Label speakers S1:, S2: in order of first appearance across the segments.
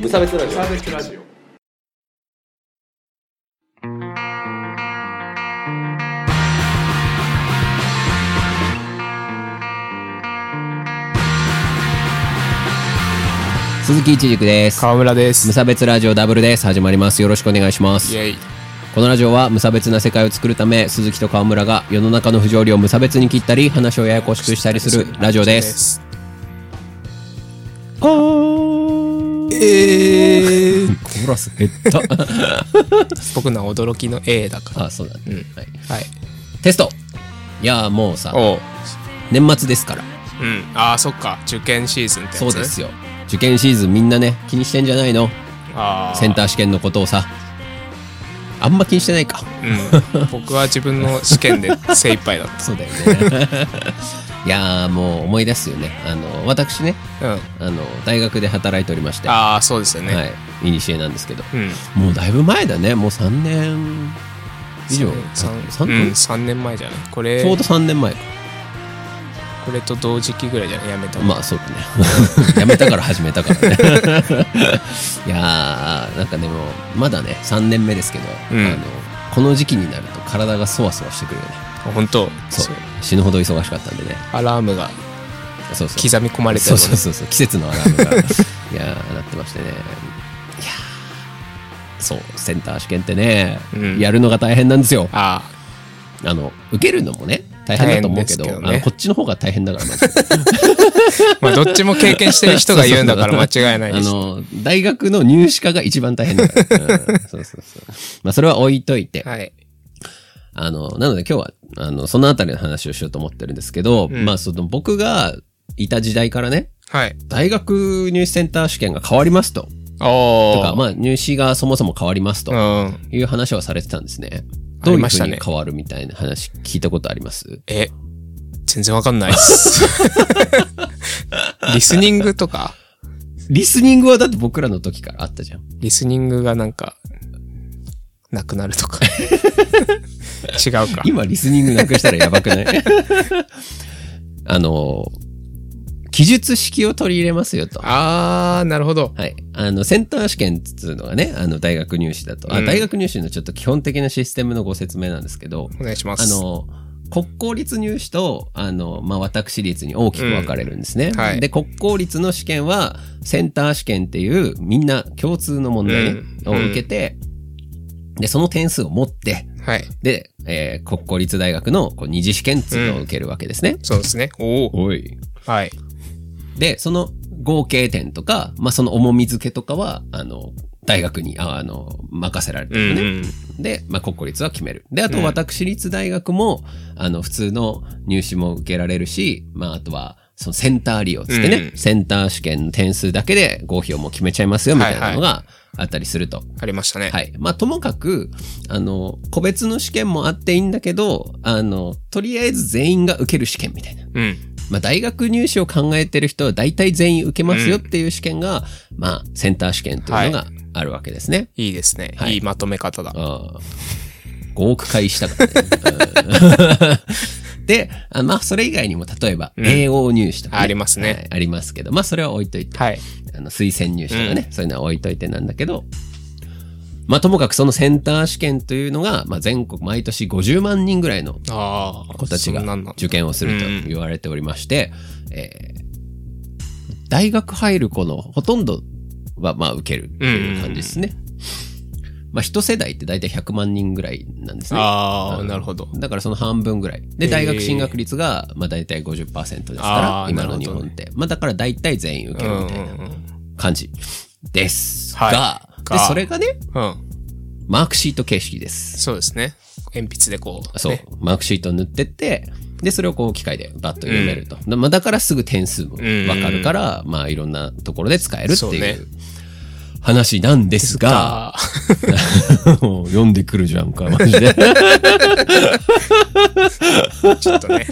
S1: 無差別ラジオ
S2: サーベスラジオ
S3: 鈴木一塾です。
S4: 川村で
S3: 無
S4: す。
S3: 差別ラジオダブルです。始まります。よろしくお願いしま
S4: イ
S3: す。
S4: エイ。
S3: このラジオは無差別な世界を作るため、鈴木と川村が世の中の不条理を無差別に切ったり、話をややこしくしたりするラジオです。。
S4: えー、
S3: コーラス減った。
S4: 僕のは驚きの A だ か
S3: あ、そうだね、はい。
S4: ら。はい。
S3: テストいやーもうさ、
S4: おう。
S3: 年末ですから。
S4: うん。ああ、そっか。受験シーズンってやつ
S3: そうですよ。受験シーズンみんなね、気にしてんじゃないの
S4: ああ。
S3: センター試験のことをさ。あんま気にしてないか。
S4: うん。僕は自分の試験で精一杯だっ
S3: そうだよね。 いやーもう思い出すよね。あの、私ね、
S4: た。うん。
S3: あの大学で働いておりまして、は
S4: ああ、そうですよね。
S3: い、いにしえなんですけど、
S4: うん。
S3: もうだいぶ前だね、もう3年以上、
S4: 三
S3: 三
S4: うん、3年前じゃないこれ、
S3: ちょうど3年前か、
S4: これと同時期ぐらいじゃないやめたの。
S3: まあそうだね、 やめたから始めたからね。 いやー、なんかでも、まだね、3年目ですけど、
S4: うん
S3: あのこの時期になると体がそわそわしてくるよね。
S4: 本当
S3: そう死ぬほど忙しかったんでね。
S4: アラームが
S3: そうそう
S4: 刻み込まれてる
S3: そ
S4: の
S3: う
S4: ね
S3: そうそうそう季節のアラームが いやーなってましてねいやーそうセンター試験ってね、
S4: うん
S3: やるのが大変なんですよ
S4: あ
S3: あの受けるのもね大変だと思うけど
S4: 大変ですけどね
S3: あのこっちの方が大変だからまず
S4: あ。まあ、どっちも経験してる人が言うんだから間違いない
S3: あ
S4: です。
S3: の大学の入試課が一番大変だから、うんそうそうそう まあそれは置いといて、
S4: はい。
S3: あのなので今日はあのそのあたりの話をしようと思ってるんですけど、
S4: うん
S3: まあその僕がいた時代からね
S4: はい。
S3: 大学入試センター試験が変わりますと
S4: おー
S3: とか、まあ、入試がそもそも変わりますと
S4: うん。
S3: いう話はされてたんですね。
S4: あ
S3: どう
S4: り
S3: いう
S4: まし
S3: ふ
S4: た
S3: う
S4: ね
S3: に変わるみたいな話聞いたことあります
S4: え、全然わかんな いっす。リスニングとか、
S3: リスニングはだって僕らの時からあったじゃん。
S4: リスニングがなんか、なくな るとか。違うか。
S3: 今リスニングなくしたらやばくない あの、記述式を取り入れますよと。
S4: あー、なるほど。
S3: はい。あの、センター試験っつうのがね、あの、大学入試だと。あ
S4: うん
S3: 大学入試のちょっと基本的なシステムのご説明なんですけど、
S4: お願いしま
S3: あ
S4: す。
S3: の、国公立入試と、あの、まあ、私立に大きく分かれるんですね。
S4: んはい
S3: で、国公立の試験は、センター試験っていう、みんな共通の問題ね
S4: うん
S3: を受けて、で、その点数を持って、
S4: はい。
S3: で、えー国公立大学のこう二次試験っていうのを受けるわけですね。
S4: そうですね。おお。
S3: い。
S4: はい。
S3: で、その合計点とか、まあ、その重み付けとかは、あの、大学に、ああの、任せられて
S4: う
S3: る
S4: ん、
S3: ね。
S4: うん。
S3: で、まあ、国公立は決める。で、あ
S4: う
S3: と
S4: ん
S3: 私立大学も、あの、普通の入試も受けられるし、まあ、あとは、そのセンター利用つってね、
S4: うん
S3: センター試験の点数だけで合否をもう決めちゃいますよ、みたいなのがあったりすると。はい、
S4: ありましたね。
S3: まあ、ともかく、あの、個別の試験もあっていいんだけど、あの、とりあえず全員が受ける試験みたいな。
S4: うん。
S3: まあ、大学入試を考えてる人は大体全員受けますよっていう試験が、まあ、センター試験というのがあるわけですね。
S4: いいですね。
S3: はい
S4: い、いまとめ方だ。
S3: ああ5億回したからね。うん で、あまあ、それ以外にも、例えば、
S4: ん
S3: 英語入試とか、
S4: ありますね
S3: はいありますけど、まあ、それは置いといて、
S4: はい。
S3: あの推薦入試とかね、そういうのは置いといてなんだけど、まあ、ともかくそのセンター試験というのが、まあ、全国毎年50万人ぐらいの
S4: ああ。
S3: 子たちが
S4: そんなんなん
S3: 受験をすると
S4: うん
S3: 言われておりまして、えー大学入る子のほとんどはまあ受けるという感じですね。まあ一世代って大体100万人ぐらいなんですね。
S4: あ
S3: あ
S4: あ、
S3: の
S4: なるほど。
S3: だからその半分ぐらい。
S4: へ
S3: で、
S4: ー
S3: 大学進学率がまあ大体50%ですか
S4: あ
S3: ら、
S4: ー
S3: 今
S4: な
S3: の
S4: るほ
S3: 日
S4: どね
S3: 本って。まあだから大体全員受
S4: う
S3: ける
S4: ん
S3: みたいな
S4: うん
S3: 感じですが、
S4: は
S3: で、
S4: が
S3: それがね、
S4: うん。うん。
S3: マークシート形式です。
S4: そうですね。鉛筆でこう。
S3: そう、
S4: ね
S3: マークシートを塗ってって、で、それをこう機械でバッと読めると。まあだからすぐ点数もわかるから、まあいろんなところで使えるって
S4: そう
S3: い
S4: ね
S3: う話なんですが、
S4: ああ。
S3: もう読んでくるじゃんか、マ ジで。
S4: ちょっと ね。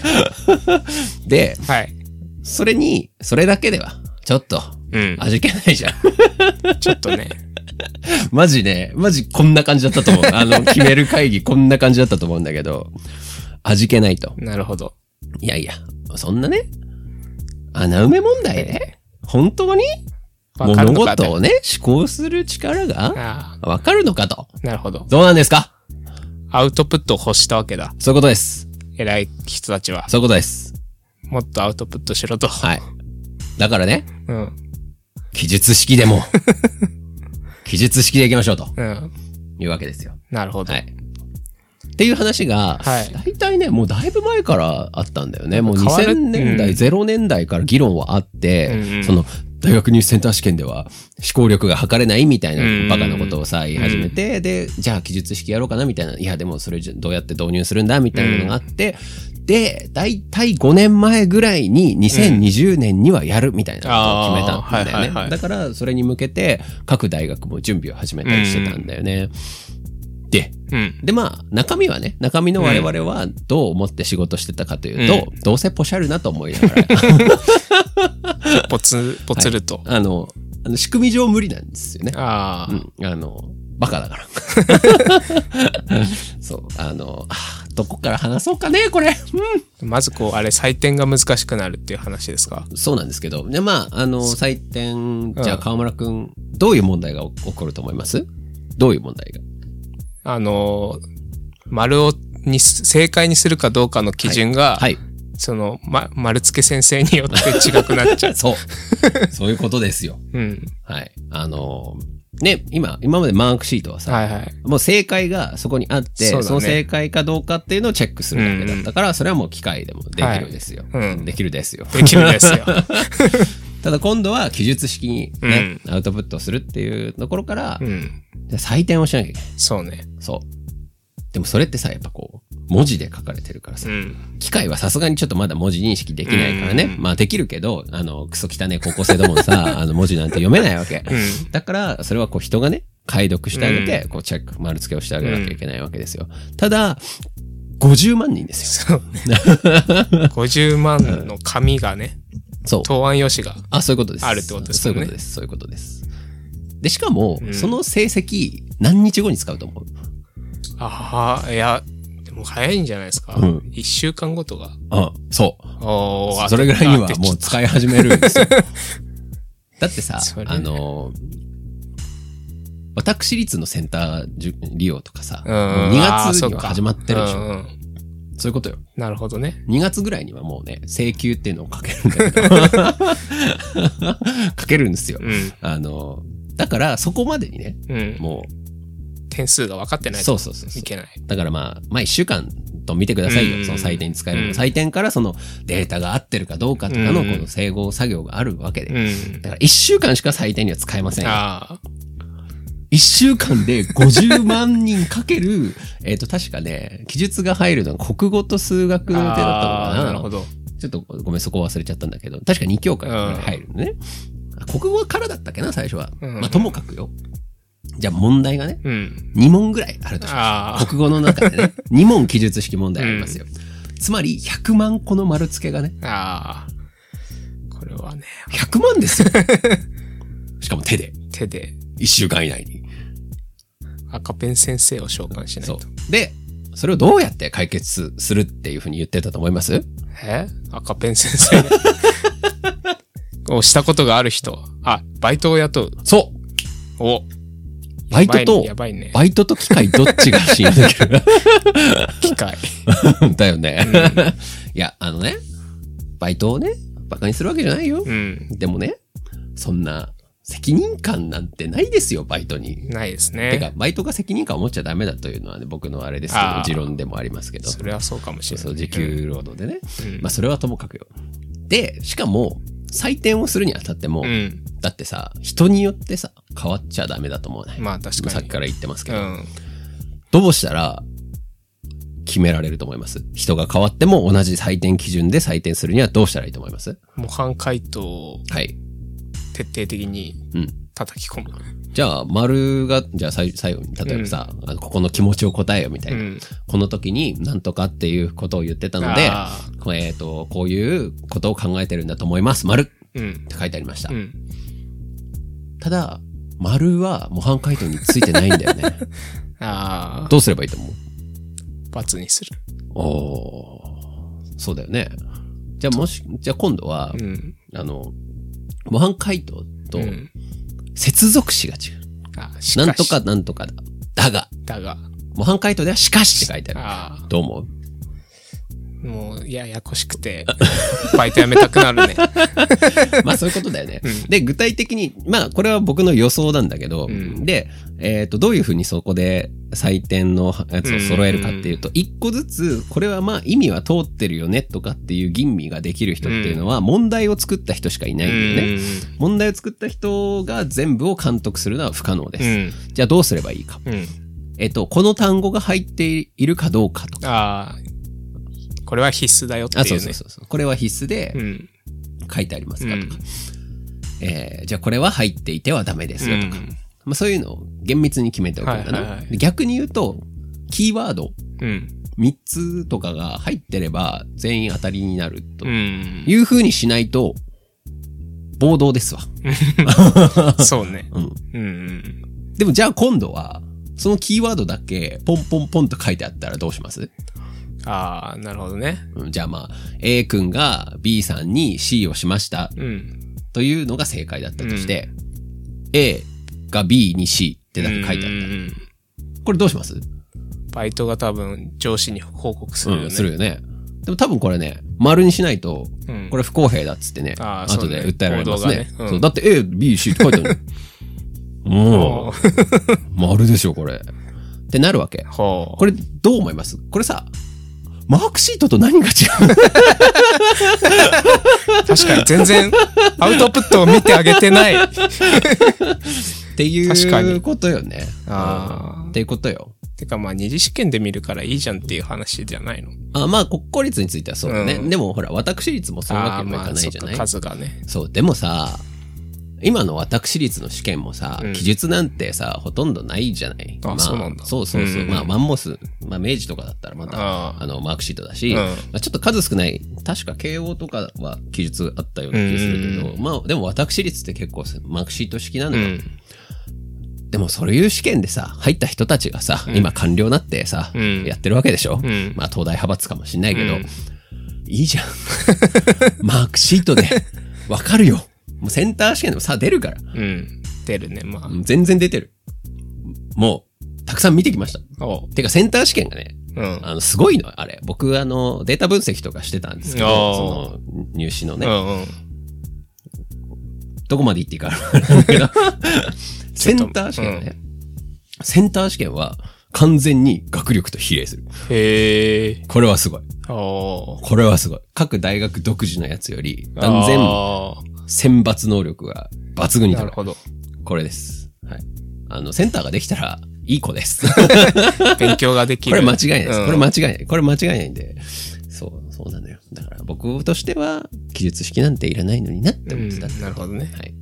S3: で、
S4: はい。
S3: それに、それだけでは、ちょっと、
S4: うん。
S3: 味気ない じゃん。
S4: ちょっとね。
S3: マジね、マジこんな感じだったと思う。あの、決める会議こんな感じだったと思うんだけど、味気ないと。
S4: なるほど。
S3: いやいや、そんなね、穴埋め問題で、本当に
S4: わかる
S3: 物
S4: のかと
S3: 事をね、思考する力が
S4: あ
S3: わかるのかと。
S4: あ、なるほど。
S3: どうなんですか
S4: アウトプットを欲したわけだ。
S3: そういうことです。
S4: 偉い人たちは。
S3: そういうことです。
S4: もっとアウトプットしろと。
S3: はい。だからね、
S4: うん。
S3: 記述式 でも、記述式でいきましょうと
S4: うん。
S3: いうわけですよ。
S4: なるほど。
S3: はい。っていう話が、
S4: は
S3: 大
S4: い
S3: 体ね、もうだいぶ前からあったんだよね。もう
S4: 変わる
S3: 2000年代、
S4: うん
S3: 0年代から議論はあって、
S4: うんうん
S3: その、大学入試センター試験では思考力が測れないみたいな、
S4: うんうん
S3: バカなことをさ、言い始めて、で、じゃあ記述式やろうかなみたいな、いや、でもそれじゃどうやって導入するんだみたいなのがあって、で、大体5年前ぐらいに2020年にはやるみたいなことを決めたんだよね。
S4: うんあーはいはいはい
S3: だから、それに向けて各大学も準備を始めたりしてたんだよね。で、
S4: うん。
S3: でまあ中身はね中身の我々はどう思って仕事してたかというと、どうせポシャるなと思いなが ら
S4: ぽつ、ぽつると。
S3: あのあの仕組み上無理なんですよね、
S4: ああ、
S3: うん、あのバカだから そうあのあーどこから話そうかねこれ、う
S4: まずこう、あれ、採点が難しくなるっていう話ですか。
S3: ん、そうなんですけどでまああの採点じゃあ
S4: うん
S3: 川村くんどういう問題が起こると思いますどういう問題が
S4: あのー、丸を、に、正解にするかどうかの基準が、
S3: はい
S4: その、ま、丸付け先生によって違くなっちゃう。
S3: そう そういうことですよ
S4: うん。
S3: はいあのね今今までマークシートはさ、
S4: はいはい。
S3: もう正解がそこにあって
S4: そ
S3: そ,、
S4: うだね
S3: の正解かどうかっていうのをチェックするだけだったから、それはもう機械でもできるですよ、
S4: はいうん
S3: できるですよ
S4: できるんですよ。
S3: ただ今度は記述式にね、アウトプットするっていうところから、
S4: うん。
S3: 採点をしなきゃいけない
S4: そうね。
S3: そうでもそれってさやっぱこう文字で書かれてるからさ、
S4: うん。
S3: 機械はさすがにちょっとまだ文字認識できないからね、まあできるけどあのクソ汚ね高校生どもの さあの文字なんて読めないわけ、
S4: うん。
S3: だから、それはこう人がね、解読してあげて、こうチェック、丸付けをしてあげなきゃいけないわけですよ。ただ、50万人ですよ。
S4: そうね。50万の紙がね、
S3: そう。
S4: 答案用紙が。
S3: あ、そういうことです。
S4: あるってことです
S3: そう
S4: よ
S3: いう
S4: ね
S3: ことです。そういうことです。で、しかも、
S4: うん
S3: その成績、何日後に使うと思う
S4: ああ、いや、でも早いんじゃないですか。
S3: うん
S4: 一週間後とか。
S3: うん、そ
S4: おー
S3: う。それぐらいにはもう。使い始めるんです よ。だってさ
S4: そ、れ
S3: あの私立のセンターじ利用とかさ、
S4: うん
S3: もう2月には
S4: あー
S3: 始まってるでしょ。
S4: うんうん
S3: そういうことよ。
S4: なるほどね。
S3: 2月ぐらいにはもうね、請求っていうのをかけるんだ けど。かけるんですよ。
S4: うん。
S3: あの、だからそこまでにね、
S4: うん。
S3: も
S4: 点数が分かって
S3: う、
S4: ない
S3: そ
S4: と
S3: うそうそうそ。
S4: いうけない。
S3: だからまあ、まあ1週間と見てください
S4: うん
S3: よ。その採点に使え
S4: うん
S3: る。採点からそのデータが合ってるかどうかとかの
S4: うん
S3: この整合作業があるわけで。
S4: うん。
S3: だから1週間しか採点には使えませんよ。
S4: ああ、
S3: 1週間で50万人かける、 えっと確かね、記述が入るのは国語と数学の予定だったのか
S4: あー
S3: な。
S4: なるほど。
S3: ちょっとごめん、そこ忘れちゃったんだけど、確か2教科に入るのね。あ国語からだったっけな、最初は。
S4: う
S3: ま
S4: ん
S3: あ、ともかくよ。じゃあ問題がね、
S4: うん。
S3: 2問ぐらいあるとしま
S4: あ
S3: す
S4: あ、
S3: 国語の中で ね、2問記述式問題ありますよ。つまり、100万個の丸付けがね、
S4: ああ。これはね、
S3: 100万です よ。しかも手で、
S4: 手で
S3: 1週間以内に。
S4: 赤ペン先生を召喚しない
S3: そ
S4: と。
S3: う。で、それをどうやって解決するっていうふうに言ってたと思います
S4: え赤ペン先生をしたことがある人。あ、バイトを雇う。
S3: そう
S4: お。
S3: バイトと
S4: やばいね。やば
S3: バイトと機械どっちが死んでくる
S4: いね機械。
S3: だよね。いや、あのね、バイトをね、バカにするわけじゃないよ。
S4: うん。
S3: でもね、そんな責任感なんてないですよ、バイトに。
S4: ないです
S3: て
S4: ね。
S3: か、バイトが責任感を持っちゃダメだというのはね、僕のあれですけ
S4: あ
S3: ど
S4: ー、
S3: 持論でもありますけど、そ
S4: それはそうかもし
S3: う
S4: れない。
S3: そう、時給労働でね。
S4: うん。
S3: まあ、それはともかくよ。で、しかも、採点をするにあたっても、
S4: うん。
S3: だってさ、人によってさ、変わっちゃダメだと思わない。
S4: まあ確
S3: さ
S4: か
S3: っき
S4: に。
S3: から言ってますけ
S4: う
S3: ど、
S4: ん。
S3: どうしたら決められると思います人が変わっても同じ採点基準で採点するにはどうしたらいいと思います
S4: 模範解答を
S3: はい。
S4: 徹底的に
S3: うん。
S4: 叩き込む。
S3: じゃあ、丸が、じゃあ最最後に、例えばさ、あのここの気持ちを答えよみたいうな。
S4: ん。
S3: この時に何とかっていうことを言ってたので、
S4: あー
S3: こうえっ、と、こういうことを考えてるんだと思います。丸っ
S4: うん。
S3: て書いてありました。
S4: うん。
S3: ただ、丸は模範解答についてないんだよね。
S4: ああ、
S3: どうすればいいと思う
S4: 罰にする。
S3: おーそうだよね。じゃあもし、じゃあ今度は
S4: う、ん。
S3: あの、模範解答と、
S4: うん
S3: 接続詞が違う。
S4: あしし
S3: なんとかなんとかだ。だが。
S4: だが。
S3: 模範解答ではしかしって書いてある。
S4: ああ。
S3: どう思う
S4: もう、ややこしく て、バイト辞めたくなるね。
S3: まあそういうことだ よね。で、具体的に、まあこれは僕の予想なんだけど、
S4: うん
S3: で、えっ、と、どういうふうにそこで採点のやつを揃えるかっていうと、一個ずつ、これはまあ意味は通ってるよねとかっていう吟味ができる人っていうのは、問題を作った人しかいないんだよね。問題を作った人が全部を監督するのは不可能です。
S4: うん。
S3: じゃあどうすればいいか。
S4: うん。うん。
S3: えっ、と、この単語が入っているかどうかとか。
S4: ああ。これは必須だよって
S3: あ、
S4: いうね。
S3: そうそうそうそう。これは必須で
S4: うん。
S3: 書いてありますかとか。
S4: う
S3: えーじゃあこれは入っていてはダメですよとか。
S4: うん
S3: まあ、そういうのを厳密に決めておくんだな。
S4: はいはいはい
S3: で逆に言うと、キーワード
S4: うん。
S3: 3つとかが入ってれば全員当たりになると
S4: うん。
S3: いう風にしないと、暴動ですわ。
S4: そうね。
S3: うん。
S4: うん。
S3: でもじゃあ今度は、そのキーワードだけポンポンポンと書いてあったらどうします、
S4: ああ、なるほどね。
S3: うん、じゃあまあ、A 君が B さんに C をしました
S4: うん。
S3: というのが正解だったとして、A が B に C ってだけ書いてあ
S4: う
S3: っ
S4: んうん
S3: た。これどうします
S4: バイトが多分上司に報告するよね。
S3: うん、するよね。でも多分これね、丸にしないと、
S4: うん
S3: これ不公平だっつってね、
S4: あー
S3: 後で
S4: そうね
S3: 訴えられますね。そ
S4: 報道がねう
S3: うんだって A、B、C って書いて あるの。
S4: ほ
S3: うん。丸でしょ、これ。ってなるわけ
S4: う。。ほ
S3: これ、どう思いますこれさ、マークシートと何が違う
S4: う。確かに全然アウトプットを見てあげ てない。あ
S3: って
S4: 確か
S3: い
S4: に
S3: うことよね。
S4: あ
S3: っ。ていうことよ。
S4: てかまあ二次試験で見るからいいじゃんっていう話じゃないの。
S3: あまあ、国公立についてはそうだね。
S4: うん
S3: でもほら、私立もそういうわけ
S4: ああ
S3: にもい
S4: ま
S3: か
S4: あ
S3: ない
S4: そっ
S3: じゃ
S4: か
S3: ない
S4: 数がね。
S3: そう、でもさ、今の私立の試験もさ、
S4: うん
S3: 記述なんてさ、ほとんどないじゃない。
S4: あ
S3: まあ、
S4: そうなんだ
S3: そうそうそう。
S4: うん
S3: まあ、マンモス、まあ、明治とかだったらまた、あ
S4: ああ
S3: の、マークシートだし、
S4: うん
S3: まあ、ちょっと数少ない、確か慶応とかは記述あったような気がするけど、
S4: うん
S3: まあ、でも私立って結構マークシート式なの
S4: う
S3: よ。
S4: ん。
S3: でも、そういう試験でさ、入った人たちがさ、今官僚になってさ、
S4: うん
S3: やってるわけでしょ、
S4: うん
S3: まあ、東大派閥かもしんないけど、
S4: うん
S3: いいじゃん。 マークシートで、わかるよ。もうセンター試験でもさ、出るから。
S4: うん。出るね、ま
S3: うん全然出てる。もう、たくさん見てきました。
S4: あ。おう。
S3: てか、センター試験がね、
S4: うん。
S3: あの、すごいの、あれ。僕、あの、データ分析とかしてたんですけ
S4: あー
S3: ど、その、入試の
S4: う
S3: ね、
S4: んうん。
S3: どこまで行っていいか分からないけど、セ
S4: っと
S3: ンター試験はね、センター試験は完全に学力と比例する。
S4: へえ。
S3: これはすごい。
S4: おう。
S3: これはすごい。各大学独自のやつより、断然
S4: あ
S3: 選抜能力が抜群
S4: ー
S3: に
S4: な
S3: 高い。
S4: るほど。
S3: これです。はい。あの、センターができたら、いい子です。
S4: 勉強ができ
S3: こ
S4: る。
S3: れ間違いないです。
S4: うん
S3: これ間違いない。これ間違いないんで。そう、そうなのよ。だから僕としては、記述式なんていらないのになって思ってたん
S4: う
S3: で
S4: んなるほどね。
S3: はい。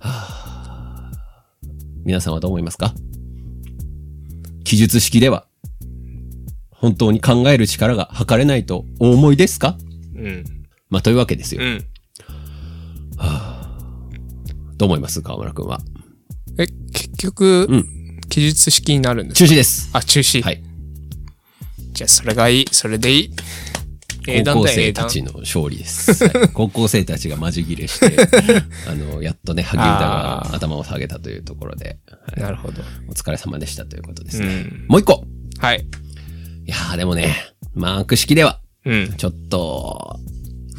S3: はぁ皆さんはどう思いますか記述式では、本当に考える力が測れないとお思いですか
S4: うん。
S3: まあ、というわけですよ
S4: う。ん。
S3: どう思います河村くんは。
S4: え、結局、
S3: う
S4: 記述式になるんです
S3: 中止です。
S4: かあ、中止。
S3: はい。
S4: じゃあ、それがいい。それでいい。英
S3: 高
S4: 断
S3: 校
S4: だよ、英
S3: 生た
S4: 断。
S3: ちの勝利です。はい高校生たちが混じ切れ して、あの、やっとね、萩生田が頭を下げたというところで、はい
S4: なるほど。
S3: お疲れ様でしたということです
S4: う
S3: ね。
S4: ん。
S3: もう一個
S4: はい。
S3: いやーでもね、マーク式では、
S4: うん。
S3: ちょっと、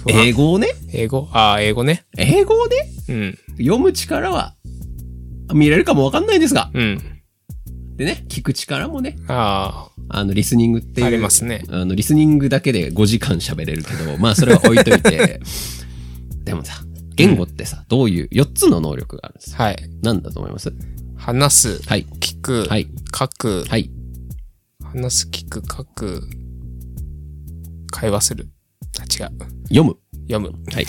S4: 不安
S3: 英語をね、
S4: 英語ああ、英語ね。
S3: 英語をね、
S4: うん。
S3: 読む力は、見れるかもわかんないですが、
S4: うん。
S3: でね、聞く力もね、
S4: あ
S3: あの、リスニングってい
S4: あ、
S3: う。
S4: ありますね。
S3: あの、リスニングだけで5時間喋れるけど、まあそれは置いといて。 でもさ、言語ってさ、どういう4つの能力があるんですよ。
S4: はい。
S3: なんだと思います
S4: 話す、
S3: はい。
S4: 聞く、
S3: はい
S4: 書く、
S3: はい。
S4: 話す、聞く、書く、会話する。あ、違う。
S3: 読む。
S4: 読む。
S3: はい。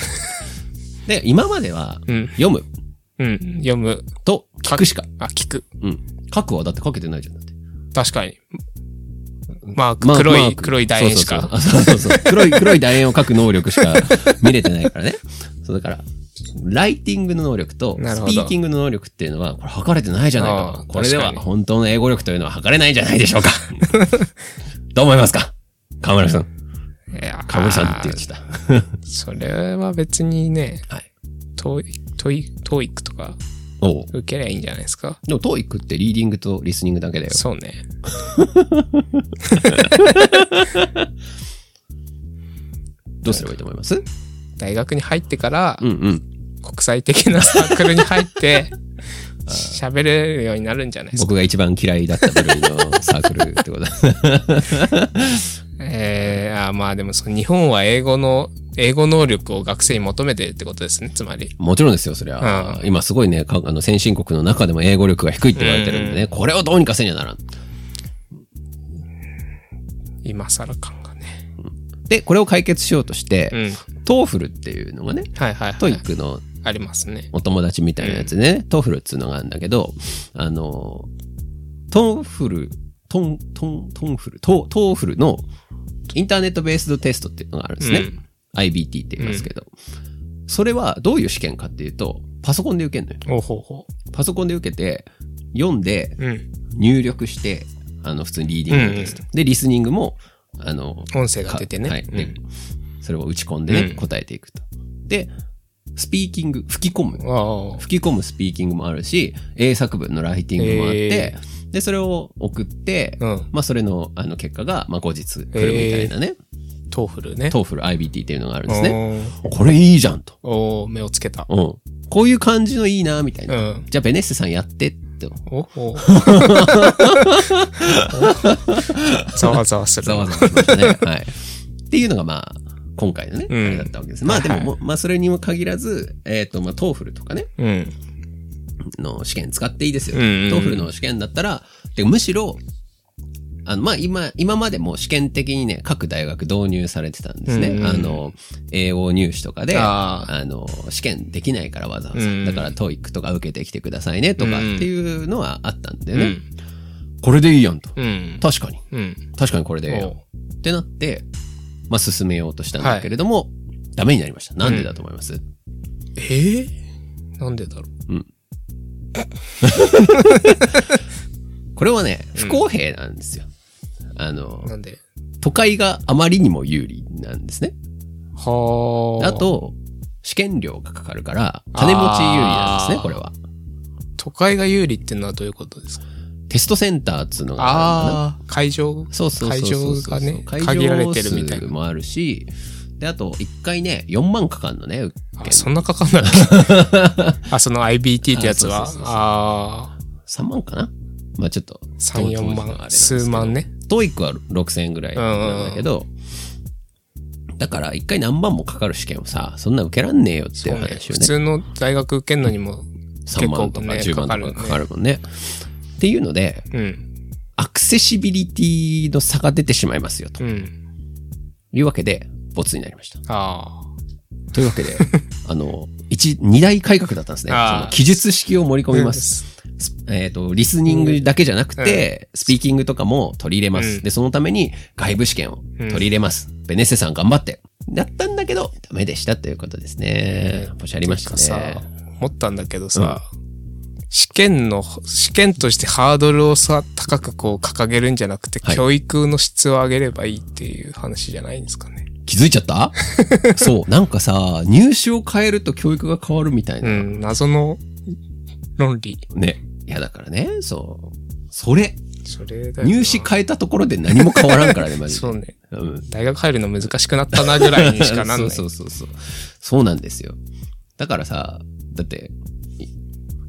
S3: で、今までは、
S4: うん。
S3: 読む
S4: うん。読む。
S3: と聞くしか。
S4: あ、聞く。
S3: うん。書くはだって書けてないじゃん。だって
S4: 確かに。まあ、
S3: まあ
S4: 黒
S3: ま
S4: い、
S3: あ
S4: 黒い楕円しか。
S3: そうそうそうあそう そうそう黒い、黒い楕円を書く能力しか見れてないからね。そうだから、ライティングの能力と、
S4: なる
S3: ス
S4: ほど
S3: ピーキングの能力っていうのは、これ測れてないじゃない
S4: あ
S3: か
S4: あ。
S3: これでは
S4: 確かに
S3: 本当の英語力というのは測れないんじゃないでしょ うか。どう思いますか河村さん。
S4: いやー
S3: 河村さんって言ってた。
S4: それは別にね、
S3: はい。
S4: トイトイ、トーイックとか
S3: おう
S4: 受けりゃいいんじゃないですか。
S3: でも、トーイックってリーディングとリスニングだけだよ。
S4: そうね。
S3: どうすればいいと思います
S4: 大学に入ってから
S3: うんうん。
S4: 国際的なサークルに入って、喋れるようになるんじゃないですか。
S3: 僕が一番嫌いだった部類のサークルってことだ。
S4: えー、あーまあでもその日本は英語の、英語能力を学生に求めてるってことですね、つまり。
S3: もちろんですよ、そりゃ。
S4: う
S3: 今すごいね、かあの先進国の中でも英語力が低いって言われてるんでね、これをどうにかせにゃならん。
S4: 今更感がね。
S3: で、これを解決しようとして、
S4: うん。
S3: トーフルっていうのがね、
S4: はいはい、
S3: ト
S4: は
S3: イ
S4: い
S3: ッ。クの
S4: ありますね。
S3: お友達みたいなやつね、トーフルっつうのがあるんだけど、あの、トーフル、トン、トン、トンフル、トー、トーフルのインターネットベースドテストっていうのがあるんですね。
S4: うん
S3: IBT って言いますけど。それはどういう試験かっていうと、パソコンで受けるのよ。
S4: おほうほ
S3: パソコンで受けて、読んで、
S4: う。うん。
S3: 入力して、あの、普通にリーディングのテスト。で、リスニングも、あの、
S4: 音声が出てね。
S3: はい。
S4: う
S3: で、
S4: ん
S3: それを打ち込んでね、
S4: うん
S3: 答えていくと。で、スピーキング、吹き込む。
S4: ああ。
S3: 吹き込むスピーキングもあるし、英作文のライティングもあって
S4: へ、
S3: で、それを送って、
S4: うん。
S3: まあ、それの、あの、結果が、まあ、後日来るみたいなね、
S4: トーフルね。
S3: トーフル IBT っていうのがあるんですね。
S4: ね。
S3: これいいじゃんと。
S4: おお目をつけた。
S3: うん。こういう感じのいいな、みたいうな。
S4: ん。
S3: じゃあ、ベネッセさんやってって。
S4: お おざわざわする。
S3: ざわざわしま したね。はい。っていうのがまあ、今回のね、
S4: うん
S3: あれだったわけです。まあでも、
S4: はい
S3: もうまあそれにも限らず、えっ、と、まあ、トーフルとかね、
S4: うん。
S3: の試験使っていいですよ。
S4: うんうんうん
S3: トーフルの試験だったら、てかむしろ、あの、まあ今、今までも試験的にね、各大学導入されてたんですね。
S4: うんうん
S3: あの、英語入試とかで、
S4: あー
S3: あの、試験できないからわざわざ。
S4: うん
S3: だから、トイックとか受けてきてくださいね、とかっていうのはあったんで
S4: う
S3: ね。
S4: ん。
S3: これでいいやんと。
S4: うん。
S3: 確かに。
S4: うん。
S3: 確かにこれでええやん
S4: おう
S3: ってなって、まあ、進めようとしたんだけれども、ダメになりました。なんでだと思います、
S4: えーなんでだろ
S3: これはね、
S4: うん
S3: 不公平なんですよ。あの
S4: う、なんで
S3: 都会があまりにも有利なんですね。
S4: はあ。
S3: あ、と、試験料がかかるから、金持ち有利なんです
S4: あ
S3: ね、
S4: ー
S3: これは。
S4: 都会が有利ってのはどういうことですか
S3: テストセンターっつうのがあるのかな。
S4: ああ、会場
S3: そうそうそうそうそう。
S4: 会場がね
S3: 会
S4: 限られ
S3: 場
S4: てるみたいな
S3: 数もあるし、で、あと、一回ね、4万かかんのね、受
S4: あ
S3: 験
S4: そんなかか んない。あ、その IBT ってやつは
S3: あそうそうそうそう
S4: ああ、
S3: 3万かなまあちょっと、
S4: 3、
S3: 当
S4: 4
S3: 時のあれなん
S4: 万、
S3: ですけど
S4: 数万ね。
S3: トイックは6000円ぐらいなんだけど、だから一回何万もかかる試験をさ、そんな受けらんねえよっていう
S4: そうね
S3: 話を
S4: 普
S3: ね、
S4: 通の大学受けんのにも、
S3: 3万とか
S4: 結
S3: 10
S4: 構ね
S3: 万とか
S4: かかるね
S3: かかるもんね。っていうので、
S4: うん、
S3: アクセシビリティの差が出てしまいますよ、と
S4: うん。
S3: いうわけで、ボツになりました。
S4: あ
S3: というわ けで、あの、一、二大改革だったんですね。
S4: あー
S3: その記述式を盛り
S4: あ。
S3: 込みます。スえっ、と、リスニングだけじゃなくて、スピーキングとかも取り入れます。
S4: うん
S3: で、そのために外部試験を取り入れます。ベネッセさん頑張って。だったんだけど、ダメでしたということですね。ポシャりました
S4: なんかさ
S3: ね。、
S4: 思ったんだけどさ、試験の、試験としてハードルをさ、高くこう掲げるんじゃなくて、
S3: はい
S4: 教育の質を上げればいいっていう話じゃないんですかね。
S3: 気づいちゃった そう。なんかさ、入試を変えると教育が変わるみたいうな。
S4: ん、謎の論理。
S3: ね。いや、だからね、そう。それ、
S4: それだよな
S3: 入試変えたところで何も変わらんからね、マジで。
S4: そうね。
S3: うん。
S4: 大学入るの難しくなったなぐらいにしかなん
S3: そ
S4: ない。
S3: うそうそうそう。そうなんですよ。だからさ、だって、い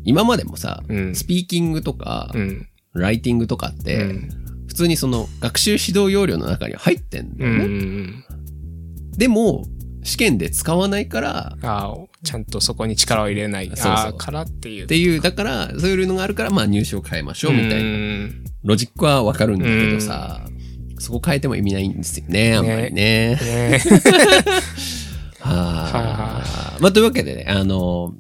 S3: 今までもさ、
S4: うん
S3: スピーキングとか、
S4: うん。
S3: ライティングとかって、
S4: うん
S3: 普通にその学習指導要領の中に入ってんだ
S4: う
S3: よ
S4: ん
S3: ね。
S4: うんうん。
S3: でも、試験で使わないから、
S4: ああ、ちゃんとそこに力を入れない。
S3: そうそう
S4: ああ、からっていう。
S3: っていう、だから、そういうのがあるから、まあ入試を変えましょうみたいな。
S4: うん
S3: ロジックはわかるんだけどさ、そこ変えても意味ないんですよね、あんまりね
S4: ね
S3: はあ。まあ、というわけでね、あの、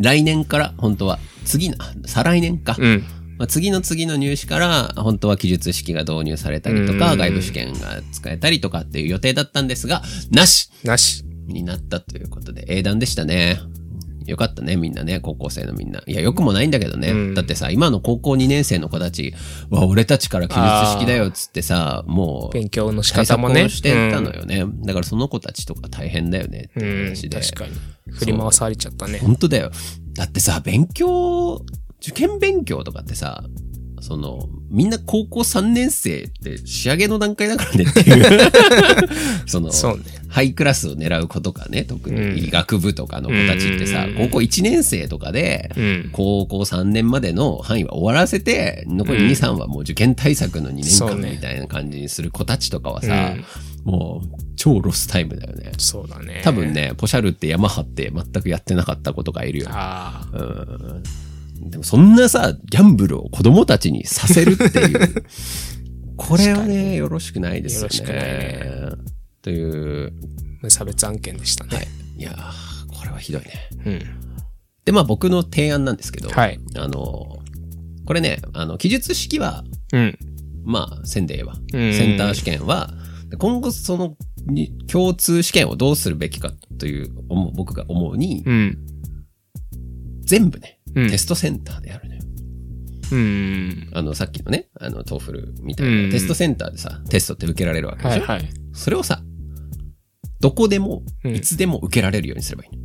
S3: 来年から、本当は、次の、あ再来年か。
S4: うん。
S3: まあ、次の次の入試から、本当は記述式が導入されたりと
S4: う
S3: か、
S4: ん
S3: 外部試験が使えたりとかっていう予定だったんですが、なし
S4: なし。
S3: になったということで、英断でしたね。よかったね、みんなね、高校生のみんな。いや、よくもないんだけどね。
S4: うん
S3: だってさ、今の高校2年生の子たちは、俺たちから記述式だよ、っつってさ、もう、
S4: 勉強の仕
S3: 対
S4: 方
S3: 策
S4: も
S3: を
S4: ね。
S3: してたのよね。だからその子たちとか大変だよね、って
S4: うん。うん、
S3: 話で。
S4: 確かに。振り回されちゃったね。
S3: 本当だよ。だってさ、勉強、受験勉強とかってさ、その、みんな高校3年生って仕上げの段階だからねって いう。その、
S4: そうね。
S3: ハイクラスを狙う子とかね、特
S4: うん
S3: に医学部とかの子たちってさ
S4: うん、
S3: 高校1年生とかで、
S4: うん。
S3: 高校3年までの範囲は終わらせて、残り2、
S4: うん
S3: 3はもう受験対策の2年
S4: そう
S3: 間
S4: ね
S3: みたいな感じにする子たちとかは
S4: う
S3: さ、
S4: ん、
S3: もう超ロスタイムだよね。
S4: そうだね。
S3: 多分。ね、ポシャルって山張って全くやってなかった子とかいるよ。
S4: ああ。
S3: うんでもそんなさ、ギャンブルを子供たちにさせるっていう。 これは
S4: 確か
S3: ね、よろしくないですよね。
S4: よろしくないね
S3: という、
S4: 無差別案件でしたね。
S3: いやーこれはひどいね。
S4: うん。
S3: で、まあ僕の提案なんですけど、
S4: はい。
S3: あの、これね、あの、記述式は、
S4: うん。
S3: まあ、センデーは、
S4: うん
S3: センター試験は、今後そのに共通試験をどうするべきかという思う僕が思うに、
S4: うん。
S3: 全部ね、
S4: うん
S3: テストセンターでやるのよ。
S4: うん。
S3: あの、さっきのね、あの、トーフルみたい
S4: うん
S3: なテストセンターでさ、テストって受けられるわけでしょ、
S4: はいはい。
S3: それをさ、どこでも、
S4: うん
S3: いつでも受けられるようにすればいい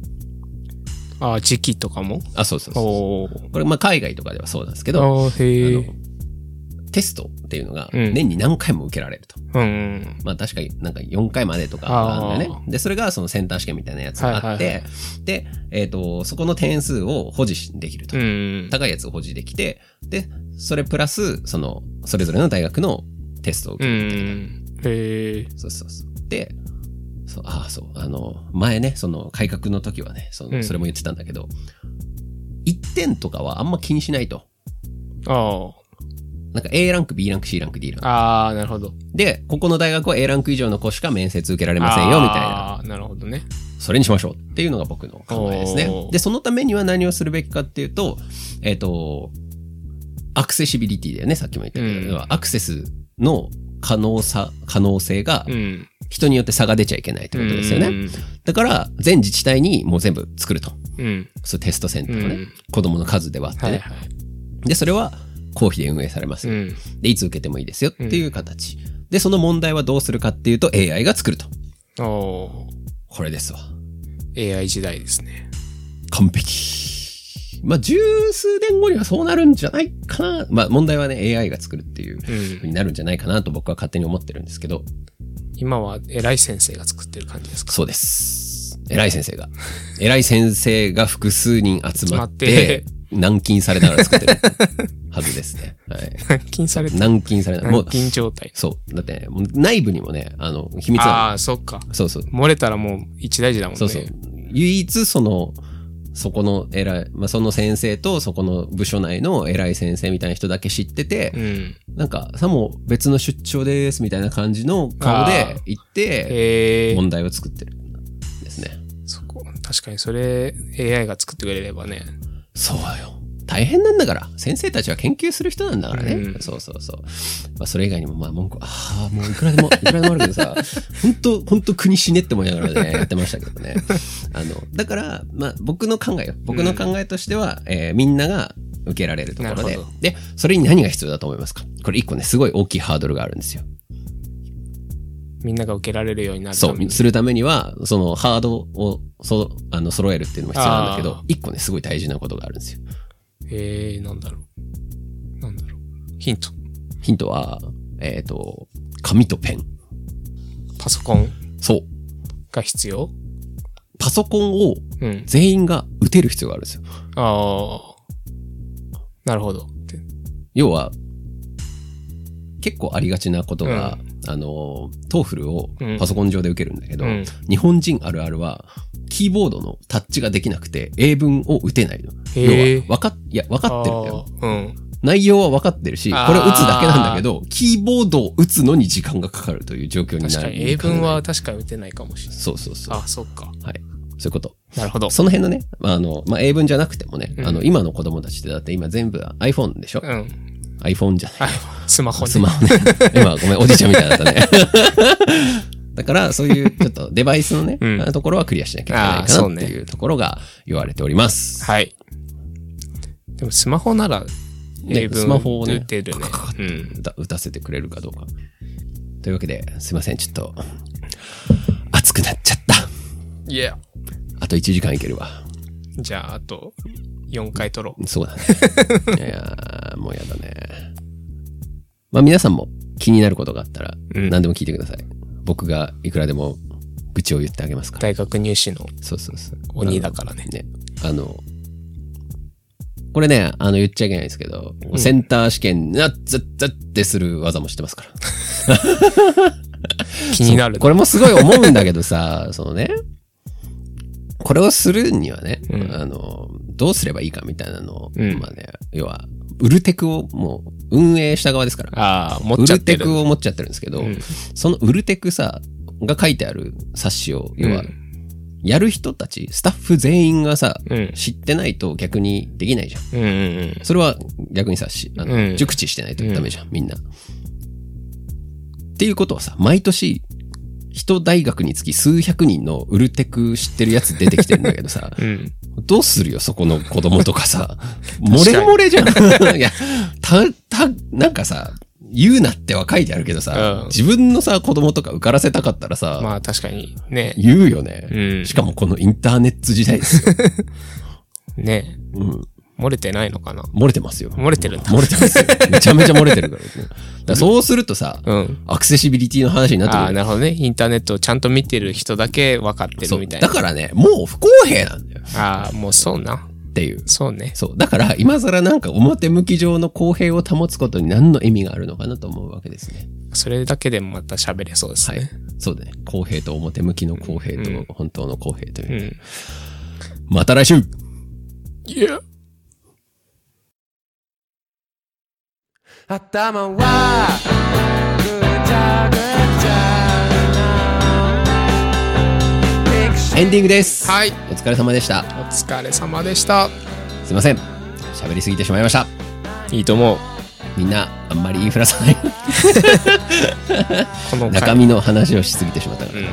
S3: の。
S4: ああ、時期とかも
S3: あ、そうそうそう。
S4: おー。
S3: これ、まあ、海外とかではそうなんですけ
S4: あ
S3: ど、
S4: あ、へえ。
S3: あテストっていうのが、
S4: うん
S3: 年に何回も受けられると。
S4: うん。
S3: まあ、確かになんか4回までとかあるんだよね。で、それがそのセンター試験みたいなやつがあって、
S4: はいはい
S3: で、えっ、と、そこの点数を保持できると。
S4: うん。
S3: 高いやつを保持できて、で、それプラス、その、それぞれの大学のテストを受
S4: う
S3: ける。
S4: ん。へえ。
S3: そうそうそう。で、そう、ああ、そう、あの、前ね、その改革の時はね、その、
S4: うん
S3: それも言ってたんだけど、1点とかはあんま気にしないと。
S4: あ
S3: なんか A ランク、B ランク、C ランク、D ラン
S4: あ。ああ、なるほど。
S3: ク。で、ここの大学は A ランク以上の子しか面接受けられませんよ、みたいな。
S4: ああ、なるほどね。
S3: それにしましょうっていうのが僕の考えですね
S4: お。ー
S3: で、そのためには何をするべきかっていうと、えっ、と、アクセシビリティだよね、さっきも言ったけど、
S4: うん
S3: 要はアクセスの可能さ、可能性が
S4: うん。
S3: 人によって差が出ちゃいけないってことですよね。だから、全自治体にもう全部作ると。
S4: うん。
S3: そうテストセンタ
S4: う
S3: ーをね、
S4: ん。
S3: 子供の数で割って
S4: は
S3: ね。
S4: いはい。
S3: で、それは公費で運営されます、
S4: うん。
S3: で、いつ受けてもいいですよっていう形。で、その問題はどうするかっていうと AI が作ると。
S4: お
S3: これですわ。
S4: ー AI 時代ですね。
S3: 完璧。まあ、十数年後にはそうなるんじゃないかな。まあ、問題はね、AI が作るっていう
S4: う
S3: 風
S4: ん。
S3: になるんじゃないかなと僕は勝手に思ってるんですけど、
S4: 今は偉い先生が作ってる感じですか
S3: そうです。偉い先生が。偉い先生が複数人集まっ
S4: 集
S3: て
S4: まって、
S3: 軟禁されながら作ってるはずですね。はい。
S4: 軟禁されてる。
S3: 軟禁されない。も
S4: 軟
S3: う、
S4: 禁状態。
S3: そう。だってね、もう内部にもね、あの、秘密
S4: あ
S3: は、
S4: あ、そっか。
S3: そうそう。
S4: 漏れたらもう一大事だもんね。
S3: そうそう。唯一、その、そこの偉い、まあ、その先生と、そこの部署内の偉い先生みたいな人だけ知ってて、
S4: うん。
S3: なんか、さも別の出張ですみたいな感じの顔で
S4: あー
S3: 行って、
S4: ええ
S3: 問題を作ってるんですね。
S4: そこ。確かにそれ AI が作ってくれればね。
S3: そうよ。大変なんだから。先生たちは研究する人なんだからね。
S4: うん
S3: そうそうそう。まあ、それ以外にも、まあ、文句、ああ、もういくらでも、いくらでもあるけどさ、 本当本当国死ねって思いながら ね、やってましたけどね。あの、だから、まあ、僕の考えよ。僕の考えとしては、えーみんなが受けられるところ
S4: な
S3: で
S4: るほど。
S3: で、それに何が必要だと思いますかこれ一個ね、すごい大きいハードルがあるんですよ。
S4: みんなが受けられるようになるた
S3: そ
S4: めに。
S3: う、するためには、その、ハードを、そ、あの、揃えるっていうのも必要なんだけ
S4: あ
S3: ど
S4: ー、
S3: 一個ね、すごい大事なことがあるんですよ。
S4: ええなんだろう。なんだろう。ヒント。
S3: ヒントは、えっ、と、紙とペン。
S4: パソコン
S3: そう。
S4: が必要
S3: パソコンを
S4: うん。
S3: 全員が打てる必要があるんですよ。
S4: ああ。なるほど。って
S3: 要は、結構ありがちなことが、あの、トーフルを
S4: うん
S3: パソコン上で受けるんだけど、
S4: うん
S3: 日本人あるあるは、キーボードのタッチができなくて、英文を打てないの。
S4: へー
S3: 要は、わかっ、いや、わかってるんだよ。
S4: あー
S3: 内容はわかってるし、こ
S4: あー
S3: れ打つだけなんだけど、キーボードを打つのに時間がかかるという状況
S4: う
S3: にな
S4: ん。
S3: る。
S4: 確かに英文は、確かに打てないかもしれない。
S3: そうそうそう。
S4: あ、そっか。
S3: はい。そういうこと。
S4: なるほど。
S3: その辺のね、まあ、あの、まあ、英文じゃなくてもね、
S4: うん
S3: あの、今の子供たちってだって今全部 iPhone でしょ、
S4: うん。
S3: ?iPhone じゃない。
S4: スマホね
S3: スマホね。今、ごめん、おじいちゃんみたいだったね。 だから、そういうちょっとデバイスのね、
S4: うん
S3: ところはクリアしなきゃいけない
S4: あー
S3: か
S4: そう
S3: なっ
S4: ね
S3: ていうところが言われております。
S4: はい。でもスマホなら、
S3: ね
S4: 英文
S3: スマホをね
S4: 打てるね。うん。
S3: 歌打たせてくれるかどうか。というわけで、すいません、ちょっと、熱くなっちゃった。
S4: いや。
S3: あと1時間いけるわ。
S4: じゃあ、あと、4回撮ろう。
S3: そうだね。 いやーもうやだね。まあ皆さんも気になることがあったら、
S4: うん
S3: 何でも聞いてください。僕がいくらでも愚痴を言ってあげますから。
S4: 大学入試の
S3: そうそうそう。
S4: 鬼だからね。
S3: ね。あの、これね、あの言っちゃいけないですけど、センター試験、なっつっつってする技も知ってますから。
S4: 気になるね。
S3: これもすごい思うんだけど さ、そのね、これをするにはね、
S4: うん
S3: あの、どうすればいいかみたいなのを、
S4: うん
S3: まあね、要は、売るテクをもう運営した側ですから、
S4: ああ、持っ
S3: 売
S4: ちゃっ
S3: る
S4: て
S3: テ
S4: る。
S3: クを持っちゃってるんですけど、
S4: うん
S3: その売るテクさ、が書いてある冊子を、要は
S4: う、
S3: やる人たち、スタッフ全員がさ、
S4: うん
S3: 知ってないと逆にできないじゃん。
S4: うんうん
S3: それは逆にさ、しあの
S4: うん
S3: 熟知してないとダメじゃん、みんな。っていうことはさ、毎年、一大学につき数百人のウルテク知ってるやつ出てきてるんだけど さ、
S4: うん。うん。
S3: どうするよ、そこの子供とか さ。漏れ漏れじゃん。いや、た、た、なんかさ、言うなっては書いてあるけどさ、
S4: うん
S3: 自分のさ、子供とか受からせたかったらさ、
S4: まあ確かに、ね。
S3: 言うよね、
S4: うん
S3: しかもこのインターネット時代ですよ。
S4: ね。
S3: うん
S4: 漏れてないのかな。
S3: 漏れてますよ。
S4: 漏れてるんだ。
S3: 漏れてますよ。めちゃめちゃ漏れてるから、ね。だからそうするとさ、
S4: うん。
S3: アクセシビリティの話になって
S4: ああ、
S3: くる。
S4: なるほどね。インターネットをちゃんと見てる人だけ分かって
S3: そ
S4: る
S3: う
S4: みたい
S3: だ
S4: な。
S3: からね、もう不公平なんだよ
S4: ああ、もうそうな。
S3: っていう。
S4: そうね。
S3: そう。だから、今更なんか表向き上の公平を保つことに何の意味があるのかなと思うわけですね。
S4: それだけでもまた喋れそうです
S3: はい
S4: ね。。
S3: そうだね。公平と表向きの公平と本当の公平という。
S4: うん。
S3: また来週
S4: いや。
S1: 頭はぐちゃぐちゃなピクシ
S3: エンディングです。
S4: はい。
S3: お疲れ様でした。
S4: お疲れ様でした。
S3: すいません。喋りすぎてしまいました。
S4: いいと思う。
S3: みんな、あんまり言いふらさない。
S4: この
S3: 中身の話をしすぎてしまったから。
S4: うん。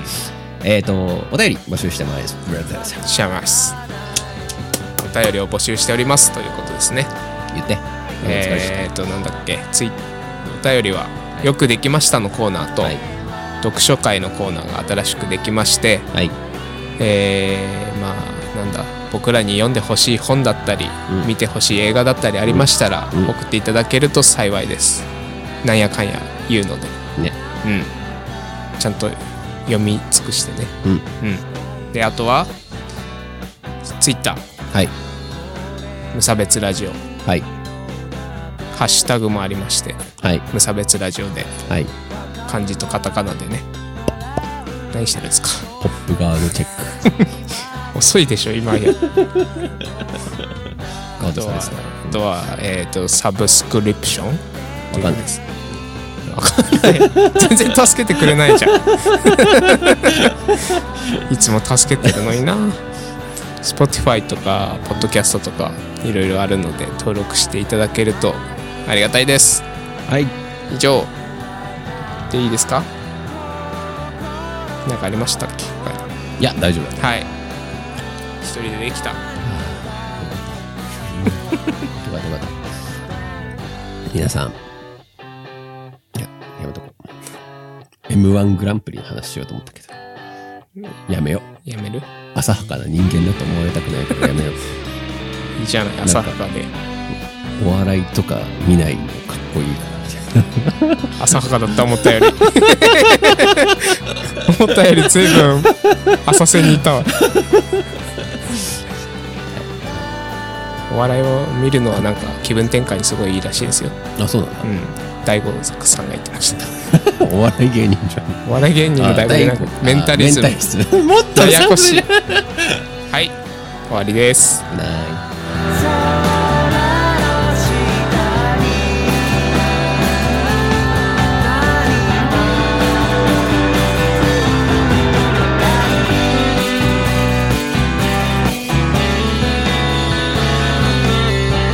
S3: えっ、と、お便り募集してます。ありがとうございます。
S4: します。お便りを募集しておりますということですね。
S3: 言って。
S4: えー、っと、なんだっけ、ツイお便りは、よくできましたのコーナーと、
S3: はい
S4: 読書会のコーナーが新しくできまして、
S3: はい。
S4: えー、まあ、なんだ、僕らに読んでほしい本だったり、
S3: うん
S4: 見てほしい映画だったりありましたら、
S3: うんうん
S4: 送っていただけると幸いです。なんやかんや言うので、
S3: ね。
S4: うん。ちゃんと読み尽くしてね。
S3: うん。
S4: うん。で、あとは、ツイッター、
S3: はい。
S4: 無差別ラジオ、
S3: はい。
S4: ハッシュタグもありまして、
S3: はい。
S4: 無差別ラジオで、
S3: はい。
S4: 漢字とカタカナでね。何してるんですか
S3: ポップガードチェック。
S4: 遅いでしょ、今や。
S3: ガー
S4: あ
S3: ド
S4: と
S3: さん
S4: は
S3: ですね。、
S4: あとはえっ、と、サブスクリプション
S3: わかんないです。
S4: わかんない。全然助けてくれないじゃ ん。いつも助けてるのにな。Spotify とか、Podcast とか、いろいろあるので、登録していただけるとありがたいです。
S3: はい。
S4: 以上。でいいですかなんかありましたっけ
S3: いや、大丈夫だ。
S4: はい。はい一人でできた。
S3: よかったよかった。皆さん。いや、やめとこう。M1 グランプリの話しようと思ったけど。やめよう。
S4: やめる
S3: 浅はかな人間だと思われたくないからやめよう。
S4: いいじゃない、朝はかで。
S3: お笑いとか見ないのかっこいいからみたいな。
S4: 浅はかだった思ったより思ったより随分浅瀬にいたわお笑いを見るのはなんか気分転換にすごいいいらしいですよ
S3: あ、そうなん
S4: うん大悟さんが言ってました
S3: だ。お笑い芸人じゃん。
S4: お笑い芸人の大悟じゃなくメンタリズム
S3: メンタリズム。もっと
S4: ややこしい
S3: な
S4: はい終わりです
S3: い。
S1: 空の下に何も「君の